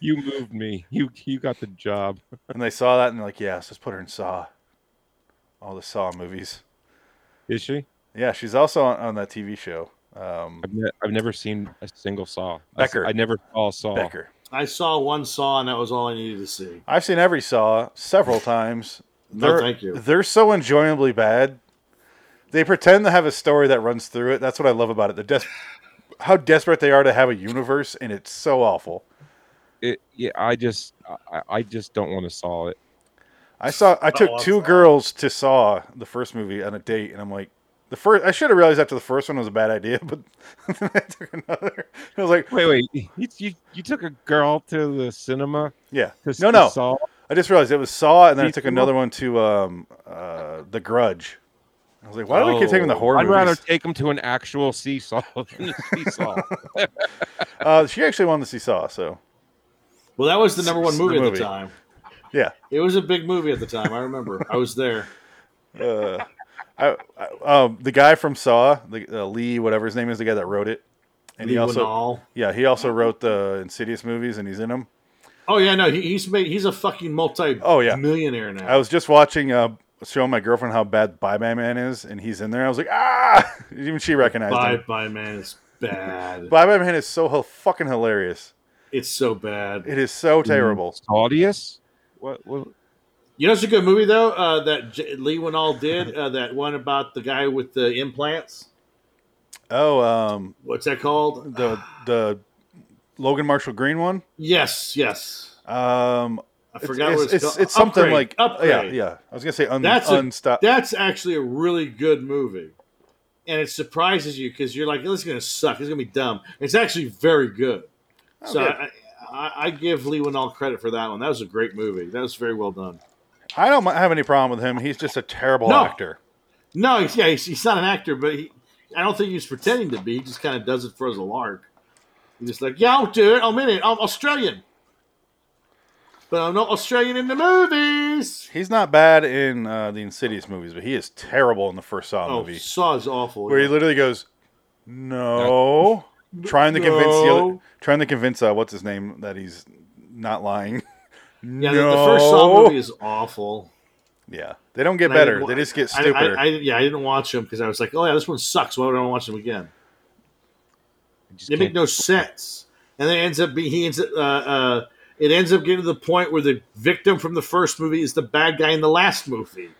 You moved me. You you got the job. and they saw that and they're like yeah let's just put her in saw all the saw movies Is she? yeah she's also on, on that tv show um, I've, ne- I've never seen a single Saw. I s- Becker. I, never saw Saw. becker I saw one saw, and that was all I needed to see. i've seen every saw several times No, they're, thank you. they're so enjoyably bad they pretend to have a story that runs through it that's what i love about it they're des- how desperate they are to have a universe and it's so awful It, yeah, I just I, I just don't want to saw it. I saw. I took two girls to Saw the first movie on a date, and I'm like, the first. I should have realized after the first one was a bad idea, but then I took another. I was like, Wait, wait. You, you, you took a girl to the cinema yeah, to see no, no. Saw? I just realized it was Saw, and then I See, took you know- another one to um, uh, The Grudge. I was like, why do we keep taking the Oh, horror I'd rather movies? take them to an actual seesaw than a seesaw. Uh, she actually wanted to see Saw, so Well, that was the number one It's the movie, at movie. the time. yeah. It was a big movie at the time. I remember. I was there. Uh, I, I, um, the guy from Saw, the uh, Lee, whatever his name is, the guy that wrote it, and Lee he also, Winnall. yeah, he also wrote the Insidious movies, and he's in them. Oh yeah, no, he, he's made. He's a fucking multi. Oh, yeah. millionaire now. I was just watching, uh, showing my girlfriend how bad Bye Bye Man is, and he's in there. I was like, ah! Even she recognized bye him. bye man. It's bad. Bye Bye Man is so h- fucking hilarious. it's so bad. It is Mm-hmm. so terrible. Claudius? What, what? You know, it's a good movie though. Uh, that J- Lee Winnall did uh, that one about the guy with the implants. Oh, um, What's that called? the the Logan Marshall Green one. Yes, yes. Um, I it's, forgot it's, what it's, it's, called. it's something Upgrade, like upgrade. yeah, yeah. I was gonna say un, That's a- unstop. That's actually a really good movie, and it surprises you because you're like, "This is gonna suck. It's gonna be dumb." It's actually very good. so Oh, good. I, I, I give Lee Winnall credit for that one. That was a great movie. That was very well done. I don't have any problem with him. He's just a terrible No. actor. No, he's, yeah, he's, he's not an actor, but he, I don't think he's pretending to be. He just kind of does it for as a lark. He's just like, "Yeah, I'll do it. I'm in it. I'm Australian." But I'm not Australian in the movies. He's not bad in uh, the Insidious movies, but he is terrible in the first Saw Oh, movie. Saw is awful. where he literally goes, "No," trying to convince the other, No. trying to convince uh, what's his name that he's not lying. Yeah, the, no. the first Saw movie is awful. yeah, they don't get And I better; didn't they wa- just get I- I- stupider. I, yeah, I didn't watch them because I was like, oh yeah, this one sucks. Why would I want to watch them again? I just They make can't- no sense. And then it ends up being he ends up, uh, uh, it ends up getting to the point where the victim from the first movie is the bad guy in the last movie,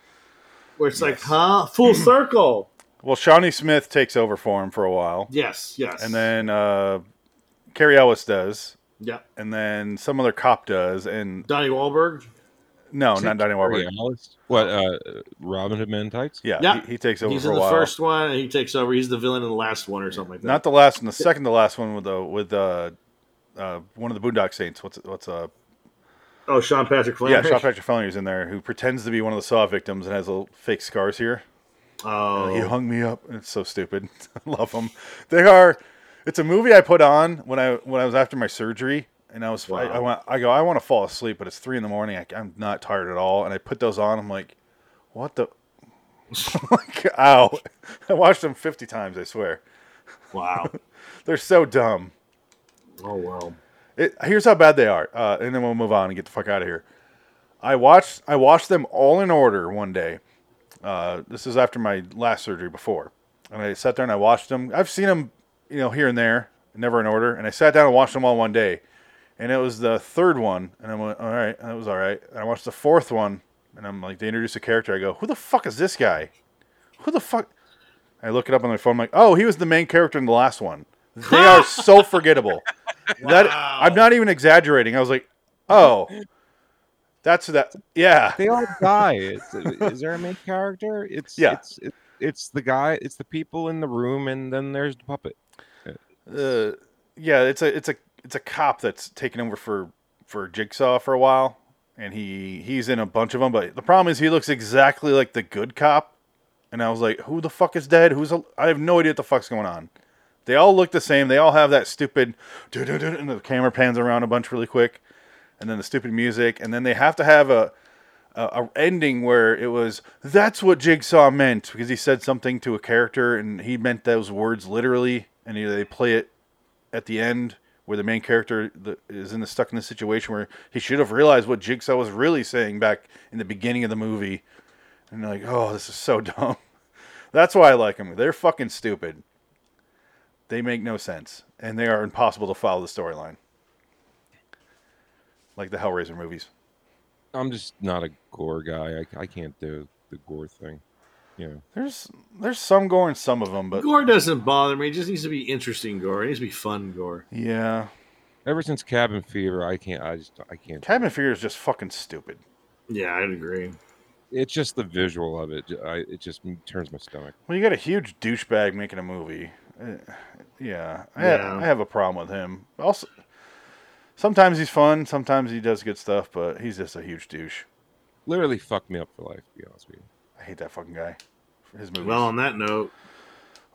where it's like, huh, full circle. Well, Shawnee Smith takes over for him for a while. Yes, yes. And then uh, Carrie Ellis does. Yeah. And then some other cop does. And Donnie Wahlberg. No, Oh, not Donnie Wahlberg. Ellis? What? Uh, Robin Hood Man in Tights. Yeah, Yeah. He, he takes over He's for in a the while. first one, and he takes over. He's the villain in the last one, or something like that. Not the last one. The second to last one with the with uh, uh, one of the Boondock Saints. What's what's uh oh, Sean Patrick yeah Flannery. Sean Patrick Flannery's in there who pretends to be one of the Saw victims and has little fake scars here. Oh, He hung me up. It's so stupid. I love them. They are. It's a movie I put on when I when I was after my surgery, and I was I, I went I go I want to fall asleep, but it's three in the morning. I, I'm not tired at all, and I put those on. I'm like, what the. like, ow! I watched them fifty times. I swear, wow. they're so dumb. Oh well. It, here's how bad they are, uh, and then we'll move on and get the fuck out of here. I watched I watched them all in order one day. Uh, this is after my last surgery before, and I sat there and I watched them. I've seen them, you know, here and there, never in order. And I sat down and watched them all one day, and it was the third one, and I went, all right, that was all right. And I watched the fourth one, and I'm like, they introduce a character. I go, who the fuck is this guy? Who the fuck? I look it up on my phone. I'm like, oh, he was the main character in the last one. They are so forgettable. That I'm not even exaggerating. I was like, oh, that's that. Yeah, They all die. It's, uh, is there a main character? It's Yeah. It's, it's it's the guy. It's the people in the room, and then there's the puppet. uh, yeah. It's a it's a it's a cop that's taken over for for Jigsaw for a while, and he he's in a bunch of them. But the problem is he looks exactly like the good cop, and I was like, who the fuck is dead? Who's al- I have no idea what the fuck's going on. They all look the same. They all have that stupid, and the camera pans around a bunch really quick, and then the stupid music, and then they have to have a a, a ending where it was that's what Jigsaw meant because he said something to a character and he meant those words literally, and he, they play it at the end where the main character th- is in the stuck in the situation where he should have realized what Jigsaw was really saying back in the beginning of the movie, and you're like, oh, this is so dumb. That's why I like them. They're fucking stupid. They make no sense, and they are impossible to follow the storyline. Like the Hellraiser movies. I'm just not a gore guy. I, I can't do the gore thing. You know. There's there's some gore in some of them, but Gore doesn't bother me. It just needs to be interesting gore. It needs to be fun gore. yeah, Ever since Cabin Fever, I can't. I just I can't. Cabin Fever is just fucking stupid. Yeah, I'd agree. It's just the visual of it. I, it just turns my stomach. Well, you got a huge douchebag making a movie. Uh, yeah, I, Yeah. I have a problem with him. Also, sometimes he's fun, sometimes he does good stuff, but he's just a huge douche. Literally fucked me up for life. To be honest with you. I hate that fucking guy. His movies. Well, on that note,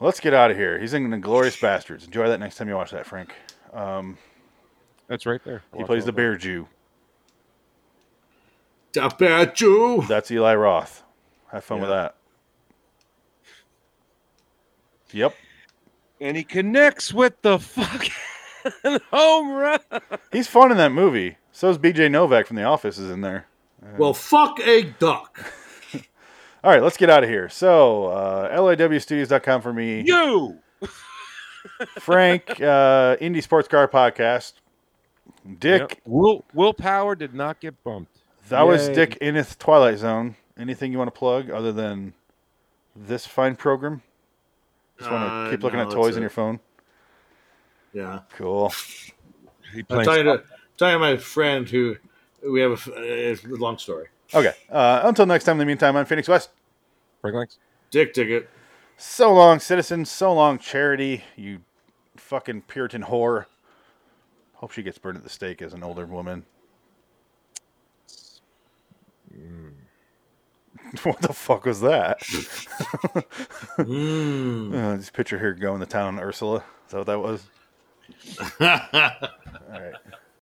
Let's get out of here. He's in Glorious Bastards. Enjoy that next time you watch that, Frank. Um, That's right there. he plays the bear Jew. up at you. That's Eli Roth. Have fun with that. Yep. and he connects with the fucking home run. He's fun in that movie. So's BJ Novak from The Office is in there. Well, fuck a duck. All right, let's get out of here. So, uh, liwstudios.com for me, You. Frank, uh, Indie Sports Car Podcast. Dick, Yep. Will Willpower did not get bumped. that was Yay. Dick Ineth Twilight Zone. Anything you want to plug other than this fine program? Just want to Uh, keep looking no, at that's toys in it. your phone. Yeah. Cool. He I'm plays. talking to, talking to my friend who we have a f- uh, it's a long story. Okay. Uh, until next time, in the meantime, I'm Phoenix West. Frank Lanks. Dick Ticket. So long, citizen. So long, charity. You fucking Puritan whore. Hope she gets burned at the stake as an older woman. what the fuck was that? uh, this picture here going to town, Ursula. Is that what that was?